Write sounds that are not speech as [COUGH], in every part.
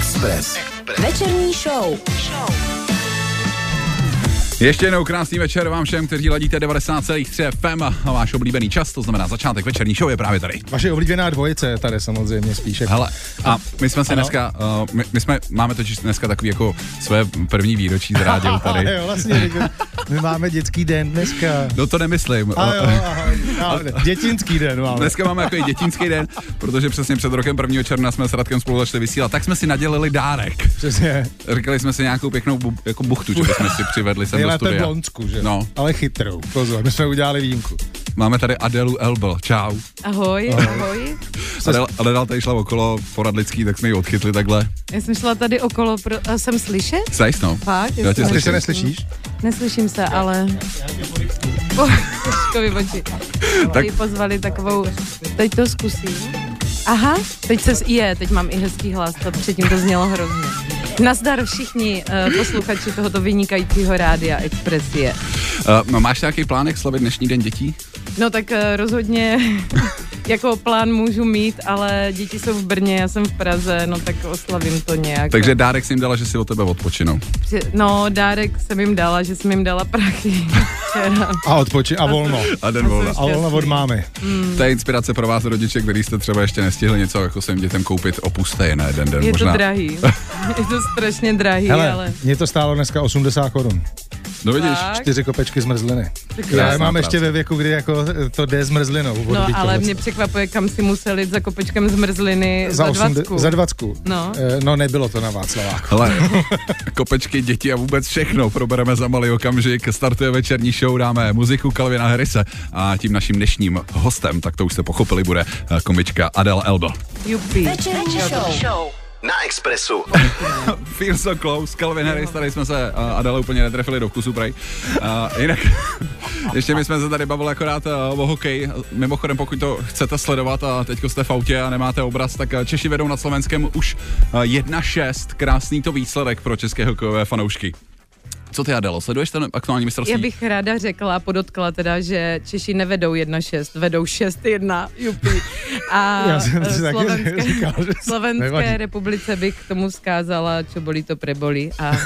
Express. Večerní show. Ještě jednou krásný večer vám všem, kteří ladíte 90,3 FM a váš oblíbený čas, to znamená začátek večerní show je právě tady. Vaše oblíbená dvojice je tady samozřejmě spíše. Hele, a my jsme si ano. dneska, uh, my, my, jsme, máme totiž dneska takový jako své první výročí z rádiu tady. Ale jo, vlastně, jako, my máme dětský den dneska. No to nemyslím. Eh, A jo, aha, aha, dětinský den máme. Dneska máme jako dětinský den, protože přesně před rokem 1. června jsme s Radkem spolu začali vysílat, tak jsme si nadělili dárek. Přesně. Říkali jsme si nějakou pěknou bu, jako buchtu, že bychom si přivedli sem do Nejlépe studia. blondsku, že? No. Ale chytrou. Pozor, my jsme udělali výjimku. Máme tady Adelu Elbel, čau. Ahoj, ahoj. Adel, Adela tady šla okolo poradlický, tak jsme ji odchytli takhle. Já jsem šla tady okolo, pro, a jsem slyšet? Sejs, no. Fakt? Já tě A ty se slyším. neslyšíš? Neslyším se, ale... Oh, [LAUGHS] Trošku vybočí. Tak- Tak... pozvali takovou... Teď to zkusím. Aha, teď se... Je, teď mám i hezký hlas, to předtím to znělo hrozně. Nazdar všichni uh, posluchači tohoto vynikajícího rádia Express je. Uh, no, máš nějaký plánek slavit dnešní den dětí? No tak eh, rozhodně [LAUGHS] jako plán můžu mít, ale děti jsou v Brně, já jsem v Praze, no tak oslavím to nějak. Takže dárek jsem jim dala, že si od tebe odpočinou. Při- No, dárek jsem jim dala, že jsem jim dala prachy [LAUGHS] včera. A odpoči a volno. A den volna. A volno od mámy. To je inspirace pro vás, rodiče, který jste třeba ještě nestihli něco jako svým dětem koupit, opuste je na jeden den. Je to možná. [LAUGHS] drahý. Je to strašně drahý, ale... Hele, mě to stálo dneska 80 korun. No vidíš, Tak. Čtyři kopečky zmrzliny. Já krásná je mám práce. ještě ve věku, kdy jako to jde zmrzlinou. No, odbít ale tohle. mě překvapuje, kam si museli jít za kopečkem zmrzliny za, za, osm- 20. za 20. No. Eh, no, nebylo to na Václaváku. Hele, [LAUGHS] kopečky, děti a vůbec všechno probereme za malý okamžik. Startuje večerní show, dáme muziku Kalvina Harrise a tím naším dnešním hostem, tak to už jste pochopili, bude eh, komička Adele Elba. Jupi. Večerní show. Na Expressu. Feel so close, Calvin Harris, tady jsme se uh, Adele úplně netrefili do vkusu, prej. Uh, jinak, [LAUGHS] ještě my jsme se tady bavili akorát uh, o hokej. Mimochodem, pokud to chcete sledovat a teď jste v autě a nemáte obraz, tak eh, Češi vedou nad Slovenskem už uh, 1-6. Krásný to výsledek pro české hokejové fanoušky. Co ty, Adelo, sleduješ ten aktuální mistrovství? Já bych ráda řekla a podotkla teda, že Češi nevedou 1-6, vedou 6-1, jupi. [LAUGHS] A Já jsem si eh, taky [LAUGHS] Slovenské, říkal, že se nevadí. Slovenské republice bych k tomu zkázala, čo bolí, to prebolí. [LAUGHS] A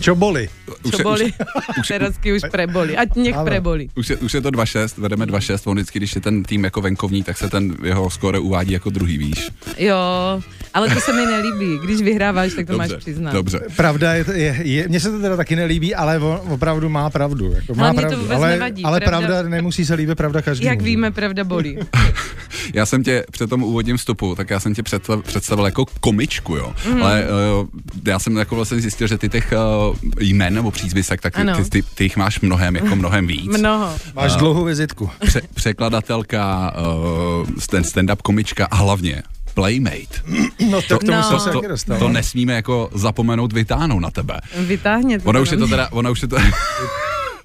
Čoboli. Už čo je- bolí, [LAUGHS] terazky už prebolí. Ať nech Ale- prebolí. Už je, už je to 2-6, vedeme 2-6, on vždycky, když je ten tým jako venkovní, tak se ten jeho skóre uvádí jako druhý, víš. Jo, ale to se mi nelíbí. Když vyhráváš, tak to máš přiznat. dobře. Pravda je, je, je mně se to teda taky nelíbí, ale on opravdu má pravdu. Jako má Ale mě to pravdu. vůbec ale, nevadí, ale pravda... pravda- pravda nemusí se líbit, pravda každému. Jak víme, pravda bolí. [LAUGHS] Já jsem tě před tom úvodním vstupu, tak já jsem tě představ, představil jako komičku, jo. Mhm. Mm. Ale uh, já jsem jako vlastně zjistil, že ty těch uh, jmen nebo přízvisek, tak ty, Ano. ty, ty, ty jich máš mnohem, jako mnohem víc. Mnoho. Máš dlouhou vizitku. Pře- překladatelka, uh, ten stand-up komička a hlavně playmate. No to, k tomu No. jsem se to, taky dostal. to nesmíme jako zapomenout vytáhnout na tebe. Mm. Vytáhněte. Ona na už je to mě. teda, ona už je to, [LAUGHS]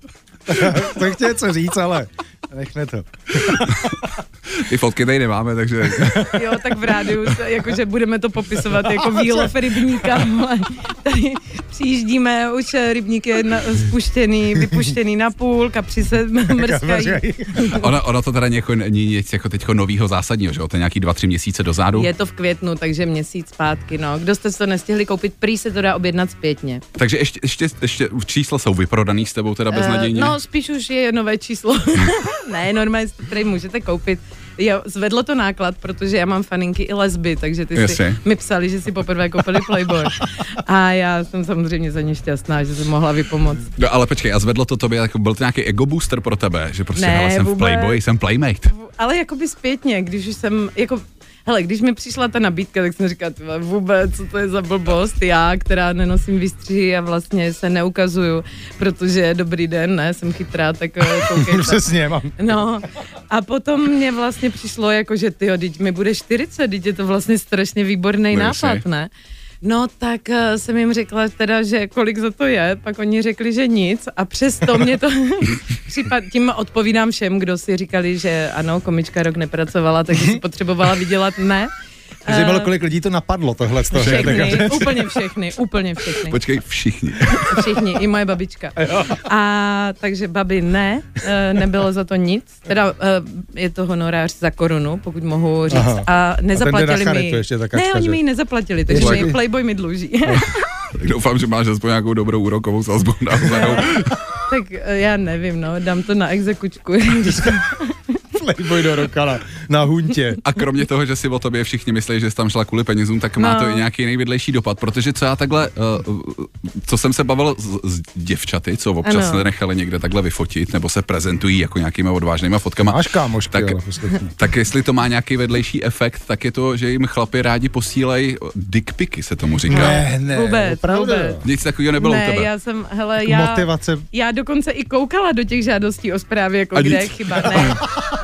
to chtěl co říct, ale nechme to. ty fotky tady nemáme, [LAUGHS] takže Jo, tak v rádiu, se- jakože budeme to popisovat jako výlov rybníka. vole. Tady přijíždíme, už eh, rybník je na, spuštěný, vypuštěný na půl, kapři se [LAUGHS] [LAUGHS] mrskají. ona, ona to teda něko, není nic jako teďko novýho zásadního, že jo, to je nějaký dva, tři měsíce dozadu. Je to v květnu, takže měsíc zpátky, no. Kdo jste si to nestihli koupit, prý se to dá objednat zpětně. Takže ještě, ještě, ještě čísla jsou vyprodaný s tebou teda beznadějně? Eh, No, spíš už je nové číslo. [LAUGHS] ne, normálně si to tady můžete koupit. Jo, zvedlo to náklad, protože já mám faninky i lesby, takže ty Jasně. si mi psali, že si poprvé koupili Playboy. A já jsem samozřejmě za ně šťastná, že jsem mohla vypomoct. no. ale počkej, a zvedlo to tobě, jako byl to nějaký ego booster pro tebe, že prostě Ne, hele, jsem v vůbec. Playboy, jsem Playmate. Ale jakoby zpětně, když už jsem, jako, hele, když mi přišla ta nabídka, tak jsem říkala, "Ty vole, vůbec, co to je za blbost, já, která nenosím výstřihy a vlastně se neukazuju, protože dobrý den, ne, jsem chytrá, tak eh, [LAUGHS] koukejte. Přesně, mám. No a potom mě vlastně přišlo jako, že ty teď mi bude 40, teď je to vlastně strašně výborný No, nápad, jasně. ne? No tak eh, jsem jim řekla teda, že kolik za to je, pak oni řekli, že nic a přesto [LAUGHS] mě to případ, tím odpovídám všem, kdo si říkali, že ano, komička rok nepracovala, takže si potřebovala vydělat ne. Eh, Mě Zajímalo, kolik lidí to napadlo, tohle. z toho, že? Tak- Všechny, úplně všechny, úplně všechny. Počkej, všichni. [LAUGHS] Všichni, i moje babička. A takže babi ne, eh, nebylo za to nic. Teda eh, je to honorář za korunu, pokud mohu říct. Aha. A A ten nezaplatili jde na mi. charitu ještě ta ne, kačka, oni že? mi ji nezaplatili, takže Ještě. No. mi Playboy mi dluží. Tak doufám, že máš aspoň nějakou dobrou úrokovou sazbu na zelenou. [LAUGHS] tak eh, já nevím, no, dám to na exekučku. [LAUGHS] Playboy do rokala na huntě. A kromě toho, že si o tobě všichni myslí, že jsi tam šla kvůli penězům, tak má No. to i nějaký nejvidlejší dopad, protože co já takhle, uh, co jsem se bavil s, s děvčaty, co občas Ano. ano. nechali někde takhle vyfotit, nebo se prezentují jako nějakýma odvážnýma fotkama. Máš kámošky, Tak- tak... jo, poslední. Tak jestli to má nějaký vedlejší efekt, tak je to, že jim chlapi rádi posílají dickpiky, se tomu říká. Ne, ne, Vůbec, opravdu. vůbec. jo. Nic takového nebylo u ne, tebe. já jsem, hele, Tak já... Motivace. Já dokonce i koukala do těch žádostí o zprávě, jako A kde nic. je chyba, [LAUGHS] ne.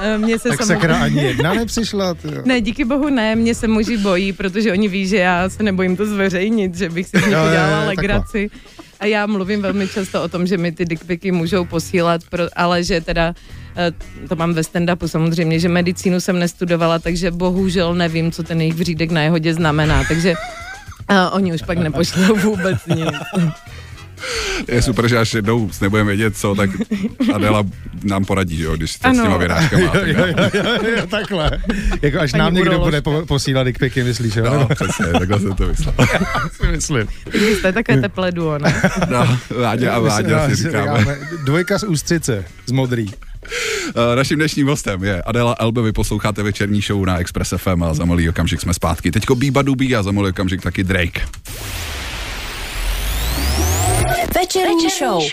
Eh, Mně se Tak samozřejmě- sakra ani jedna nepřišla. [LAUGHS] tyjo. Ne, díky bohu ne, mě se muži bojí, protože oni ví, že já se nebojím to zveřejnit, že bych si z nich Jo, jo, jo, udělala takhle. legraci. A já mluvím velmi často o tom, že mi ty dickpiky můžou posílat, pro, ale že teda eh, to mám ve stand-upu samozřejmě, že medicínu jsem nestudovala, takže bohužel nevím, co ten jejich vřídek na jehodě znamená, takže a oni už pak nepošlou vůbec [LAUGHS] nic. Je super, že až jednou nebudeme vědět, co, tak Adela nám poradí, že jo, když to s Ano. těma vyrážkama. a tak dále. Jo, takhle. Jako až Paní nám někdo uroložka. bude po- posílat dickpiky, myslíš, [LAUGHS] jo? No, přesně, takhle jsem [LAUGHS] to myslel. si myslím. Takže jste takové teplé duo, ne? No, Váďa a Váďa si říkáme. Dvojka z ústřice, z modrý. Eh, Naším dnešním hostem je Adela Elbe, vy posloucháte večerní show na Express FM a za malý okamžik jsme zpátky. Teďko Bíba Dubí a za malý okamžik taky Drake. Večerní show.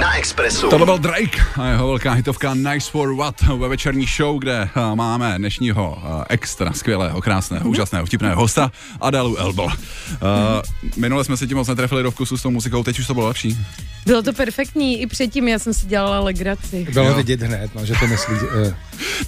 na Expressu. Tohle byl Drake a jeho velká hitovka Nice for What ve večerní show, kde eh, máme dnešního eh, extra skvělého, Mhm. krásného, úžasného, vtipného hosta Adelu Elbo. Uh, minule jsme se tím moc netrefili do vkusu s tou muzikou, teď už to bylo lepší. Bylo to perfektní, i předtím já jsem si dělala legraci. Bylo Jo. vidět hned, no, že to myslí. eh,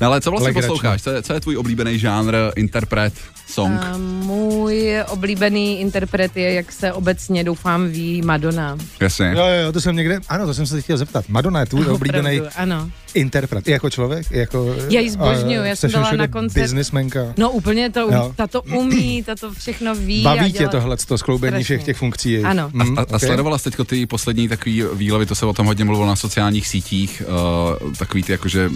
No, ale co vlastně Legrační. posloucháš? Co je, co je tvůj oblíbený žánr, interpret, song? Eh. A můj oblíbený interpret je, jak se obecně doufám ví, Madonna. Jasně. Jo, jo, jo, to jsem někde, ano, to jsem se chtěl zeptat. Madonna je tvůj oblíbený Opravdu, ano. interpret, i jako člověk, i jako... Já ji zbožňuju, eh, já jsem seš byla všude na koncert- Businessmenka. No úplně to, Jo. um, ta to umí, ta to všechno ví. Baví a tě tohle, to skloubení Strašně. všech těch funkcí. jejich. Ano. Mm, A, a ok. sledovala jste teďko ty poslední takový výlevy, to se o tom hodně mluvilo na sociálních sítích, uh, takový ty jakože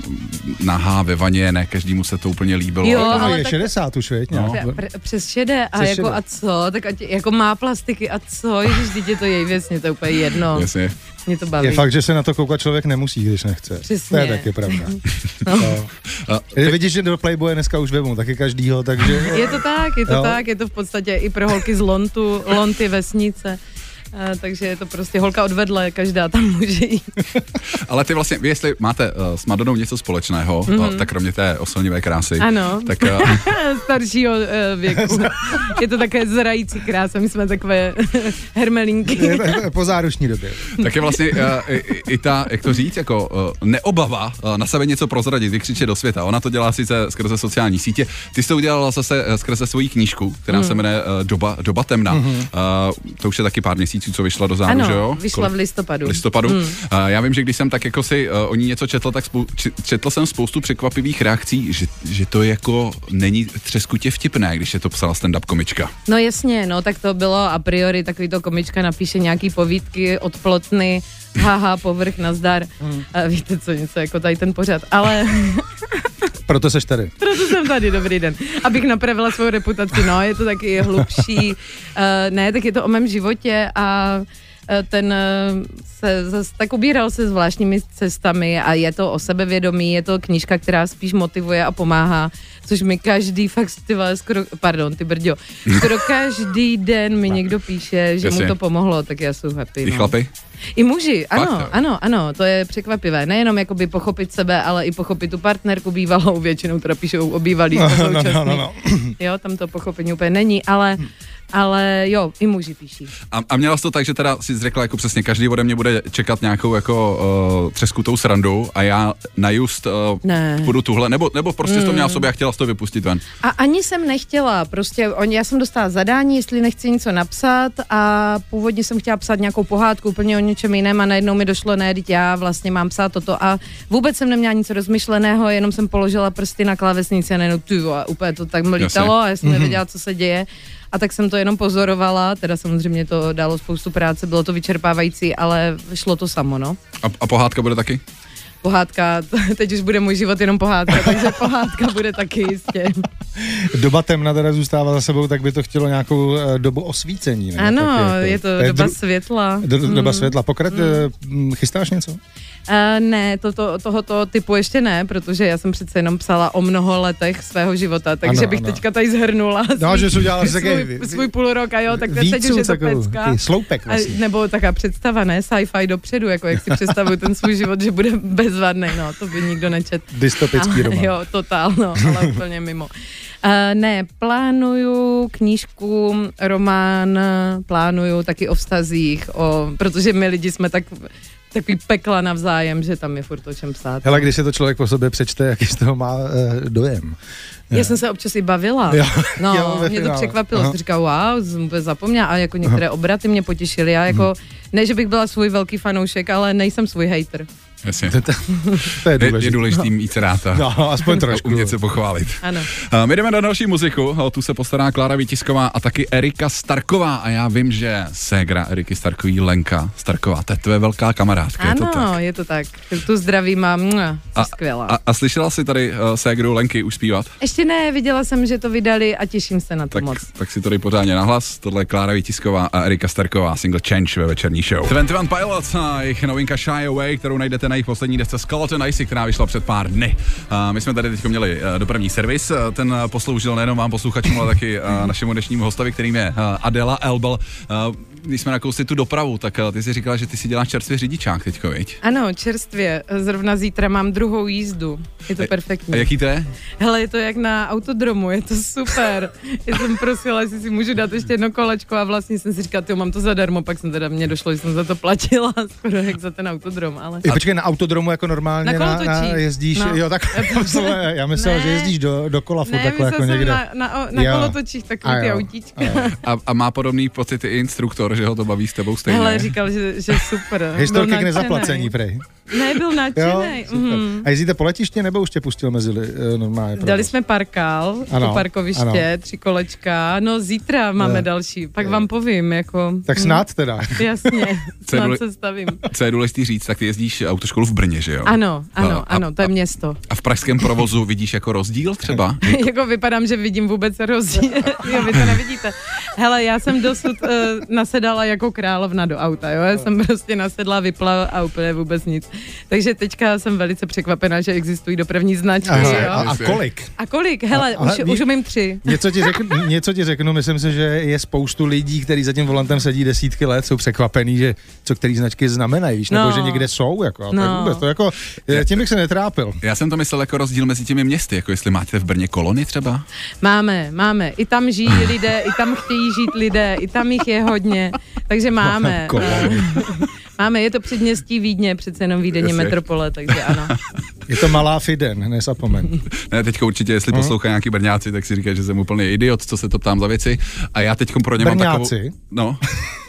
nahá ve vaně, ne každému se to úplně líbilo. Jo, ale- No, ale je tak- 60 už, věď, No. no. Pře- pr- přes šedé a Přes jako šedé. a co, tak ať, jako má plastiky a co, ježiš, dítě to jej věc, mě to je úplně jedno, Jasně. mě to baví. Je fakt, že se na to koukat člověk nemusí, když nechce. To Přesně. je taky [LAUGHS] pravda. No. No. A- Vidíš, že do Playboye dneska už vemu taky každýho, [LAUGHS] takže... Je to tak, je to Jo. tak, je to v podstatě i pro holky z Lontu, Lonty, vesnice, a, takže je to prostě holka odvedle, každá tam může jít. Ale ty vlastně, vy jestli máte uh, s Madonou něco společného, mm-hmm. uh, tak kromě té oslnivé krásy, Mhm. Ano. tak uh, staršího eh, věku. Je to také zrající krása, my jsme takové [LAUGHS] hermelinky. po záruční době. [LAUGHS] Tak je vlastně uh, i, i- i ta, jak to říct, jako uh, neobava uh, na sebe něco prozradit, vykřičet do světa. Ona to dělá sice skrze sociální sítě, ty jsi to udělala zase eh, skrze svoji knížku, která Mhm. mm. se jmenuje uh, Doba, Doba temna. Mm. Uh, to už je taky pár měsíců, co vyšla do záru, že jo? Ano, vyšla v Kolik? listopadu. listopadu. Hmm. Já vím, že když jsem tak jako si uh, o ní něco četl, tak spou- či- četl jsem spoustu překvapivých reakcí, že, že to jako není třeskutě vtipné, když je to psala stand-up komička. No jasně, no tak to bylo a priori, takový to komička napíše nějaký povídky od plotny, haha, povrch, nazdar. Hmm. A víte co, něco jako tady ten pořad. Ale Proto seš tady. proto jsem tady, dobrý den. Abych napravila svou reputaci, no, je to taky hlubší. Eh, ne, tak je to o mém životě a eh, ten eh, se zas, tak ubíral se zvláštními cestami a je to o sebevědomí, je to knížka, která spíš motivuje a pomáhá, což mi každý fakt, ty vole, skoro, pardon, ty brďo, skoro každý den mi někdo píše, že Jasně. mu to pomohlo, tak já jsem happy. I no. chlapy? I muži, ano, Fakt, jo? ano, ano, to je překvapivé. Nejenom jakoby pochopit sebe, ale i pochopit tu partnerku bývalou, [LAUGHS] většinou teda píšou o bývalých, o no, Hm. současných. no, no. Jo, tam to pochopení úplně není, ale Ale jo, i muži píší. A, a měla jsi to tak, že teda si řekla, jako přesně každý ode mě bude čekat nějakou jako uh, třeskutou srandu a já na just uh, Ne. budu tuhle, nebo, nebo prostě jsi to měla v sobě a chtěla jsi to vypustit ven. A ani jsem nechtěla, prostě on, já jsem dostala zadání, jestli nechci něco napsat a původně jsem chtěla psát nějakou pohádku úplně o něčem jiném a najednou mi došlo, ne, teď já vlastně mám psát toto a vůbec jsem neměla nic rozmyšleného, jenom jsem položila prsty na klávesnici a najednou ty, vole, úplně to tak lítalo a já jsem nevěděla, co se děje. A tak jsem to jenom pozorovala, teda samozřejmě to dalo spoustu práce, bylo to vyčerpávající, ale šlo to samo, no A, a pohádka bude taky? pohádka, [LAUGHS] teď už bude můj život jenom pohádka, takže pohádka bude taky jistě. Doba temna teda zůstává za sebou, tak by to chtělo nějakou eh, dobu osvícení. ne? Ano, Tak jako- je to je doba dru- světla. Mm. do, do, doba světla. Pokrat, mm. chystáš něco? Uh, ne, to, to, tohoto typu ještě ne, protože já jsem přece jenom psala o mnoho letech svého života, takže Ano, ano, bych ano. ano. teďka tady zhrnula No, že jsi udělala svůj, takový- svůj půl rok a jo, tak teď Víců už je to takovou- pecka. ty, sloupek vlastně. A, nebo taká představa, ne? Sci-fi dopředu, jako jak [LAUGHS] si představuju ten svůj život, že bude bezvadný, no, to by nikdo nečet. Dystopický ale, román. Jo, totál, no, [LAUGHS] ale úplně mimo. Uh, ne, plánuju knížku, román, plánuju taky o vztazích, o, protože my lidi jsme tak takový pekla navzájem, že tam je furt o čem psát. Hele, když se to člověk po sobě přečte, jaký z toho má eh, dojem. [LAUGHS] Já jsem se občas i bavila. Jo, [LAUGHS] No, jo, ve mě to finále. překvapilo. Aha. Jsem říkala, wow, jsem vůbec zapomněla. A jako některé obraty mě potěšily. Já jako, Mhm. ne, že bych byla svůj velký fanoušek, ale nejsem svůj hater. Jasně. To je Je, je důležité. důležitý mít ráta. No, [LAUGHS] aspoň trošku. Umět se pochválit. Ano. A My jdeme na další muziku, o tu se postará Klára Vítisková a taky Erika Starková a já vím, že ségra Eriky Starkový, Lenka Starková, to je tvoje velká kamarádka, je to ano, tak? je to tak. Tu zdraví mám, mua, jsi skvělá. a, a slyšela jsi tady uh, ségru Lenky už zpívat? Ještě ne, viděla jsem, že to vydali a těším se na to Tak, moc. tak si to dej pořádně nahlas. Tohle je Klára Vítisková a Erika Starková, single Change ve večerní show. 21 Pilots a jejich novinka Shy Away, kterou najdete na jejich poslední desce Skeleton Icy, která vyšla před pár dny. A my jsme tady teď měli eh, dopravní servis, eh, ten eh, posloužil nejenom vám posluchačům, ale taky eh, našemu dnešnímu hostovi, kterým je eh, Adela Elbel. Eh, Když jsme nakousli tu dopravu, tak eh, ty si říkala, že ty si děláš čerstvě řidičák teďko, viď? Ano, čerstvě. Zrovna zítra mám druhou jízdu. Je to perfektní. A jaký to je? Hele, je to jak na autodromu, je to super. [LAUGHS] Já jsem prosila, jestli si můžu dát ještě jedno kolečko a vlastně jsem si říkala, jo, mám to zadarmo, pak jsem teda, mě došlo, že jsem za to platila, [LAUGHS] skoro jak za ten autodrom, ale... I počkej, na autodromu jako normálně na, Na na kolotočích. jezdíš, no. No. jo, tak [LAUGHS] já myslel, Ne. že jezdíš do, do kola furt Ne, takhle myslel jako jsem někde. na, na, na Jo. kolotočích takový A ty jo. autíčka. A, a má podobný pocit i instruktor, že ho to baví s tebou stejně. Hele, říkal, že, že [LAUGHS] super. Historky Byl k nadšenej. nezaplacení, prej. Ne, [LAUGHS] byl Jo, nadšený. super. Mm. A jezdíte po letišti, nebo už tě pustil mezi li, eh, normálně? provoz? Dali jsme parkál, Ano, ano, to parkoviště, ano. tři kolečka. No zítra máme Ne. další, pak vám povím, jako... Tak mm, snad teda. Jasně, Co je důle- snad se stavím. Co je důležité říct, tak ty jezdíš autoškolu v Brně, že jo? Ano, ano, A- ano, to je město. A v pražském provozu vidíš jako rozdíl [LAUGHS] třeba? jako vypadám, že vidím vůbec rozdíl. [LAUGHS] jo, vy to nevidíte. Hele, já jsem dosud uh, nasedala jako královna do auta, jo. Já jsem prostě nasedla, vypla a úplně vůbec nic. Takže teďka jsem velice překvapená, že existují dopravní značky, Aha, jo. a, a kolik? A kolik? Hele, ale už, ví- už umím tři. Něco ti, řeknu, [LAUGHS] něco ti řeknu, myslím si, že je spoustu lidí, kteří za tím volantem sedí desítky let, jsou překvapený, že co který značky znamenají, víš, nebo No. že někde jsou, jako, a tak No. vůbec, to jako, eh, tím bych se netrápil. Já jsem to myslel jako rozdíl mezi těmi městy, jako jestli máte v Brně kolony třeba. Máme, máme. I tam žijí lidé, i tam chtějí žít lidé, i tam jich je hodně. Takže máme. Kolony. eh, máme, je to předměstí Vídně, přece jenom Vídeň je Jasně. metropole, takže ano. Je to malá Fiden, nezapomeň. Ne, teďka určitě, jestli Mhm. poslouchá nějaký Brňáci, tak si říká, že jsem úplný idiot, co se to ptám za věci. A já teď pro ně mám Brňáci? takovou... [LAUGHS] No,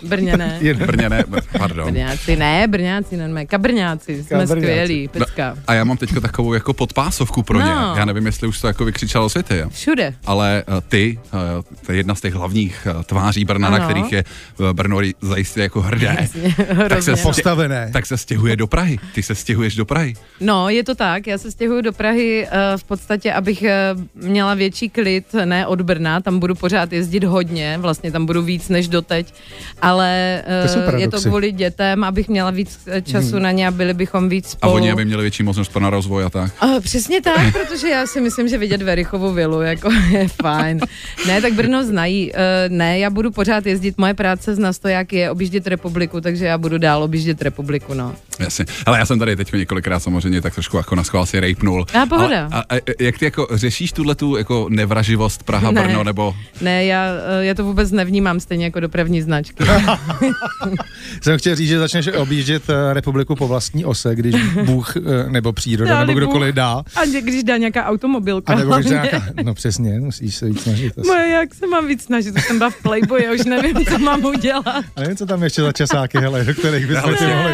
Brně ne. Jeden. Brně ne, pardon. Brňáci, ne, Brňáci, normálně, kabrňáci, jsme Kabrňáci. skvělí, No. pecka. A já mám teďka takovou jako podpásovku pro ně. No. Já nevím, jestli už to jako vykřičalo světy. Jo? Všude. [LAUGHS] ale eh, ty, eh, to je jedna z těch hlavních eh, tváří Brna, na Ano. kterých je eh, Brno ri- zajistě jako hrdé, tak hrozně, se, no. stě, Postavené. tak se stěhuje do Prahy. Ty se stěhuješ do Prahy. No, je to tak, já se stěhuju do Prahy eh, v podstatě, abych eh, měla větší klid, ne od Brna, tam budu pořád jezdit hodně, vlastně tam budu víc než doteď, ale eh, To jsou je to paradoxy. Hmm. kvůli dětem, abych měla víc eh, času na ně a byli bychom víc A spolu. oni, aby měli větší možnost pro na rozvoj a tak. A přesně tak, protože já si myslím, že vidět Verichovu vilu jako [LAUGHS] je fajn. Ne, tak Brno znají. Eh, ne, já budu pořád jezdit, moje práce z Nastoják je objíždět republiku, takže já budu dál objíždět republiku, no. Jasně. Ale já jsem tady teď několikrát samozřejmě tak trošku jako na schvál si rejpnul. A pohoda. Ale, a, a, jak ty jako řešíš tuhle tu jako nevraživost Praha, ne. Ne. Brno nebo... Ne, já, eh, já to vůbec nevnímám stejně jako dopravní značky. Jsem chtěl říct, že začneš objíždět eh, republiku po vlastní ose, když Bůh eh, nebo příroda Dá-li nebo kdokoliv Bůh. dá. A dě- když dá nějaká automobilka. A nebo když hlavně. nějaká, no přesně, musíš se víc snažit. asi. [LAUGHS] Moje, jak se mám víc snažit, už jsem byla v Playboy, já už nevím, co [LAUGHS] mám udělat. A nevím, co tam ještě za časáky, hele, do kterých bychom ty mohli.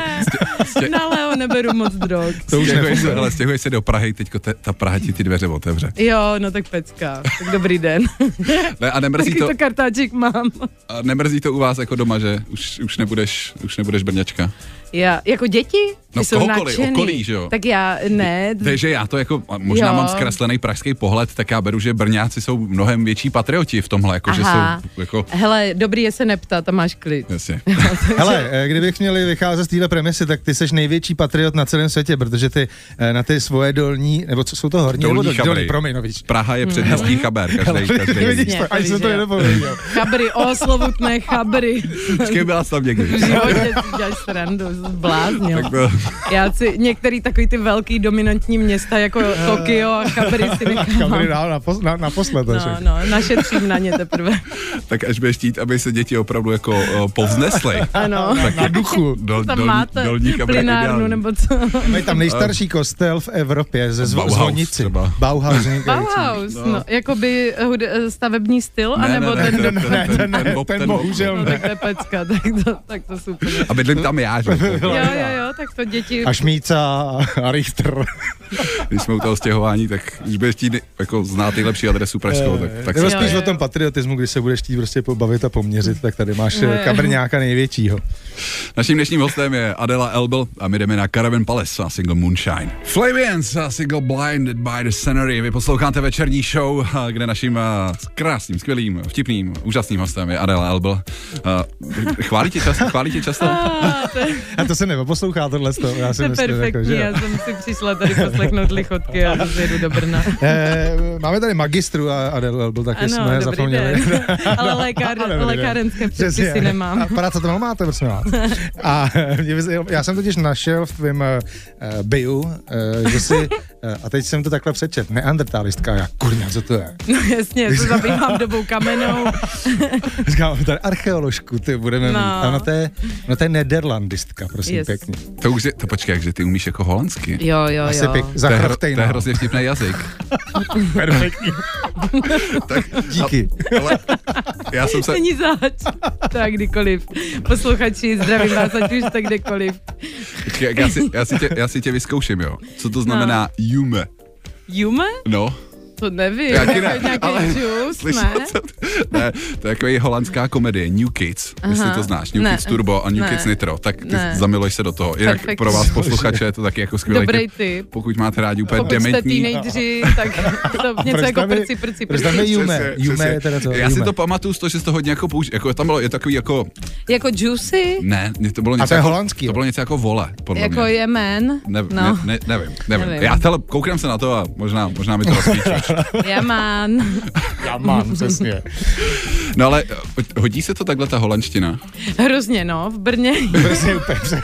Na Leo neberu moc drog. To už Stěhuješ se, nefunguje. ale stěhuješ se do Prahy, teď ta Praha ti ty dveře otevře. Jo, no tak pecka. Tak dobrý den. Ne, a nemrzí Taky to, to kartáček mám. a nemrzí to u vás jako doma, že už, už, nebudeš, už nebudeš brňačka. Já, jako děti? No Ty jsou kohokoliv, nadšený. okolí, že jo? Tak já ne. Takže já to jako, a možná jo. Jo. mám zkreslený pražský pohled, tak já beru, že Brňáci jsou mnohem větší patrioti v tomhle, jako, že Aha. jsou jako, Hele, dobrý je se neptat a máš klid. jasně. Hele, eh, kdybych měli vycházet z téhle premisy, tak ty seš největší patriot na celém světě, protože ty eh, na ty svoje dolní, nebo co jsou to horní, Dolní nebo Chabry. dolní, promiň, no víš. Praha je předměstí chaber, každý, [LAUGHS] každý. Vidíš to, to až jsem to víš, jo. nedopověděl. Chabry, o slovutné chabry. Počkej, byla jsi tam někdy. V životě si děláš srandu, zbláznil. Tak to, Já si některý takový ty velký dominantní města jako Tokio [LAUGHS] a Chabry si nechám. [LAUGHS] Chabry dál napos- na- naposled. No, až. no, našetřím na ně teprve. tak až budeš chtít, aby se děti opravdu jako uh, [LAUGHS] povznesly. Ano. Tak Na [LAUGHS] duchu. do, Tam do, máte dolní kabra plynárnu ideální. nebo co? Mají tam nejstarší kostel v Evropě ze zv- Bauhaus zvonici. třeba. Bauhaus. vynikající. Bauhaus, no. no. Jakoby hude- stavební styl, anebo ten... ten- ne, ten- ne, bob, ten bob. bohužel No, tak to je pecka, tak to, tak to super. A bydlím tam já, že? [LAUGHS] Jo, jo, jo, tak to děti... A Šmíca a Richter. Když jsme u toho stěhování, tak když budeš chtít jako znát nejlepší adresu pražskou, No, tak, tak Eh, Nebo se... Jo, spíš jo, o tom jo. patriotismu, kdy se budeš chtít prostě pobavit a poměřit, tak tady máš eh, Ne. kabrňáka největšího. Naším dnešním hostem je Adela Elbel a my jdeme na Caravan Palace a single Moonshine. Flavians a single Blinded by the Scenery. Vy posloucháte večerní show, a kde naším a, krásným, skvělým, vtipným, úžasným hostem je Adela Elbel. A, Chválí tě často? Chválí tě často? Ah, to, je- [LAUGHS] A to se neposlouchá tohle z toho, já to si je myslím, jako, perfektní, že jo. já jsem si přišla tady poslechnout lichotky a rozjedu do Brna. Eh, Máme tady magistru a Adel byl taky, jsme Ano, dobrý zapomněli. den. [LAUGHS] No, Ale lékár, Dobrý den. lékárenské Přesně. předpisy [LAUGHS] nemám. A práce to máte, prosím vás. A mě by zajímalo- já jsem totiž našel v tvém uh, biu, uh, že si, eh, a teď jsem to takhle přečet, neandertalistka, já kurňa, co to je? No jasně, se zabývám dobou kamenou. Říkám, tady archeoložku, ty budeme No. mít. A no to je, no to je nederlandistka, prosím, Yes. pěkně. To už je, to počkej, jakže ty umíš jako holandsky. Jo, jo, Asi jo. pěk, no. To je, hro- zachrvtej to je nám. hrozně vtipný jazyk. Perfektní. Díky. Ale já jsem se... Není zač. Tak kdykoliv. Posluchači, zdravím vás, ať už tak kdekoliv. Počkej, jak Já si, já, si tě, já si tě vyzkouším, jo. Co to znamená no. jume? Jume? No. To nevím. Já ti Jako ne, nějaký ale- džus, Slyšel ne? jsem? [LAUGHS] Ne, to je takový holandská komedie New Kids, Aha. jestli Aha. to znáš. New Ne. Kids Turbo a New Ne. Kids Nitro. Tak ty Ne. zamiluješ se do toho. Jinak Perfektní. pro vás posluchače je to taky jako skvělý Dobrý tip. tip. Pokud máte rádi úplně Pokud jste dementní teenageři, tak to něco jako Představi- prci, prci, Představme prci. No, Jume. Přesně, Jume přesně. je teda to. Já si Jume. to pamatuju z toho, že jsi to hodně jako použil. Jako tam bylo, je takový jako, Jako juicy? ne, to bylo něco to je jako, holandský, to jo? bylo něco jako vole, No, podle Jako mě. jemen? Ne, no. ne, ne, nevím, nevím, nevím. Nevím. Já tele, koukám se na to a možná, možná mi to [LAUGHS] rozpíčeš. Jemen. Já mám, přesně. No ale eh, hodí se to takhle ta holandština? [LAUGHS] Hrozně, no, v Brně. [LAUGHS] Přesně úplně. přesně.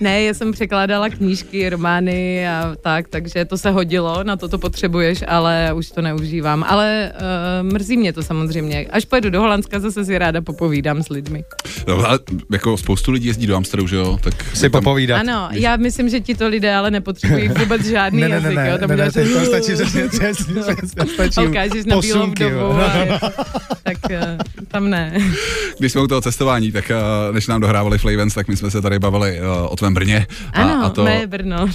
Ne, já jsem překládala knížky, romány a tak, takže to se hodilo, na to to potřebuješ, ale už to neužívám. Ale uh, mrzí mě to samozřejmě. Až pojedu do Holandska, zase si ráda popovídám s lidmi. No, ale jako spoustu lidí jezdí do Amsterdamu, že jo? Tak Si popovídat. Ano, já myslím, že ti to lidé [LAUGHS] ale nepotřebují vůbec žádný Ne, ne, ne, jazyk. ne, jo, tam ne, ne, uděláš- to to stačí, přesně, přesně, přesně, [LAUGHS] stačí a ukážeš na bílou posunky, jo. vdovu. a [LAUGHS] jako- Tak eh, tam ne. Když jsme u toho cestování, tak eh, než nám dohrávali Flavens, tak my jsme se tady bavili eh, o tvém Brně. A, Ano, a, to, [LAUGHS] mé Brno.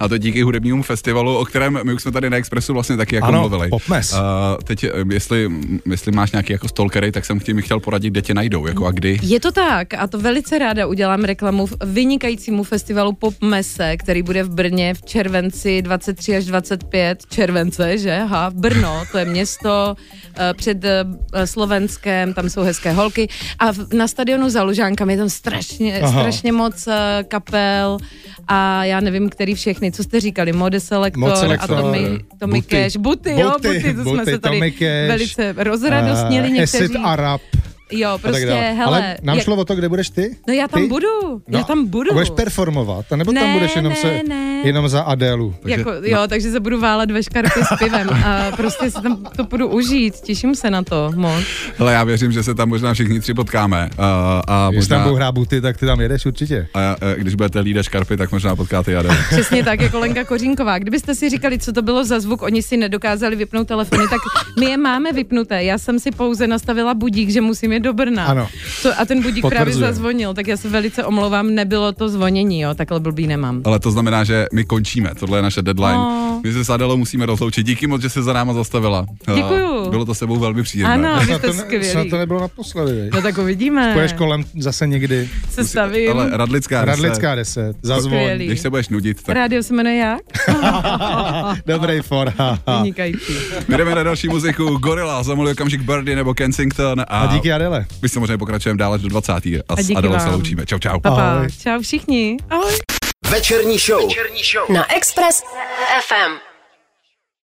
a to díky hudebnímu festivalu, o kterém my už jsme tady na Expressu vlastně taky jako Ano, mluvili. Popmes. A teď, eh, jestli, jestli máš nějaký jako stalkery, tak jsem tím chtěl poradit, kde tě najdou, jako a kdy. Je to tak a to velice ráda udělám reklamu v vynikajícímu festivalu Pop Mese, který bude v Brně v červenci 23 až 25 července, že? Ha, v Brno, to je město eh, před eh, Slovenskem, tam jsou hezké holky a v, na stadionu za Lužánkami je tam strašně, Aha. strašně moc eh, kapel a já nevím, který všechny, co jste říkali, Mode Selector, Mode a Selector, Tommy, Tommy Buty. Cash, Buty, jo, Buty, Eh, Buty, to jsme Buty, se Tommy tady Cash, velice rozradostnili Eh, někteří. Acid Arab. Jo, a tak prostě, dále. hele. Ale nám jak- šlo o to, kde budeš ty? No já tam ty? budu, já tam budu. A budeš performovat, anebo tam Ne, budeš jenom, ne, se, ne. jenom za Adélu? Takže- jako, jo, no. takže se budu válet ve škarpě s pivem a prostě se tam to budu užít, těším se na to moc. Ale já věřím, že se tam možná všichni tři potkáme. A, a Když tam možná, budou hrát buty, tak ty tam jedeš určitě. a, a když budete lídat škarpy, tak možná potkáte Jadel. Přesně tak, jako Lenka Kořínková. Kdybyste si říkali, co to bylo za zvuk, oni si nedokázali vypnout telefony, tak my je máme vypnuté. Já jsem si pouze nastavila budík, že musím je do Brna. Ano. To, a ten budík právě Potvrzujem. zazvonil, tak já se velice omlouvám, nebylo to zvonění, jo, takhle blbý nemám. Ale to znamená, že my končíme. Tohle je naše deadline. No. My se s Adelou musíme rozloučit. Díky moc, že se za náma zastavila. A [LAUGHS] Děkuju. Bylo to s sebou velmi příjemné. Ano, vy Snad jste [LAUGHS] to, ne, snad skvělí. to nebylo naposledy. viď? No tak uvidíme. Půjdeš kolem zase někdy. Se stavím. Ale Radlická. se- Radlická 10, zazvon. Skvělý. Když se budeš nudit, tak Rádio se jmenuje jak? No. Dobrý for. ha, ha. Vynikající. my jdeme na další muziku. Gorilla, za malý okamžik Birdy nebo Kensington. A, A díky Adele. My samozřejmě pokračujeme dál až do 20. A, A s díky Adelou se vám. loučíme. Čau, čau. Pa, pa. Ahoj. Čau všichni. Ahoj. Večerní show. Večerní show. Na Express FM.